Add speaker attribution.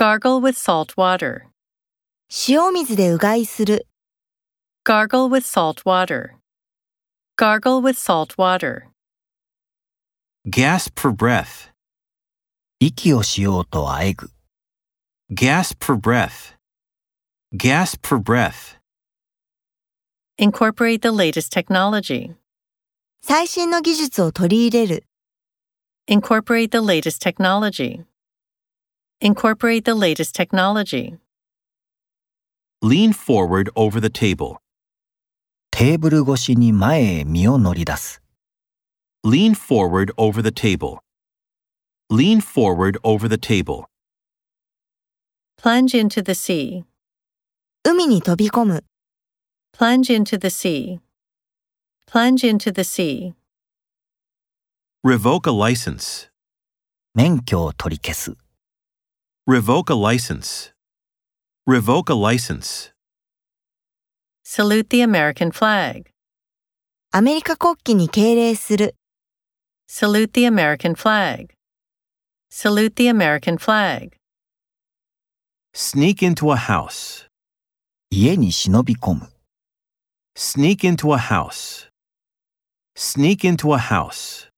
Speaker 1: Gargle with salt water.
Speaker 2: 塩水でうがいする。
Speaker 1: Gargle with salt water. Gargle with salt water.
Speaker 3: Gasp for breath.
Speaker 4: 息をしようとあえぐ。
Speaker 3: Gasp for breath. Gasp for breath.
Speaker 1: Incorporate the latest technology.
Speaker 2: 最新の技術を取り入れる。
Speaker 1: Incorporate the latest technology. Incorporate the latest technology.
Speaker 3: Lean forward over the table.
Speaker 4: テーブル越しに前へ身を乗り出す。
Speaker 3: Lean forward over the table. Lean forward over the table.
Speaker 1: Plunge into the sea.
Speaker 2: 海に飛び込む。
Speaker 1: Plunge into the sea. Plunge into the sea.
Speaker 3: Revoke a license.
Speaker 4: 免許を取り消す。
Speaker 3: Revoke a license. Revoke a license.
Speaker 1: Salute the American flag.
Speaker 2: アメリカ国旗に敬礼する。
Speaker 1: Salute the American flag. Salute the American flag.
Speaker 3: Sneak into a house.
Speaker 4: 家に忍び込む。
Speaker 3: Sneak into a house. Sneak into a house.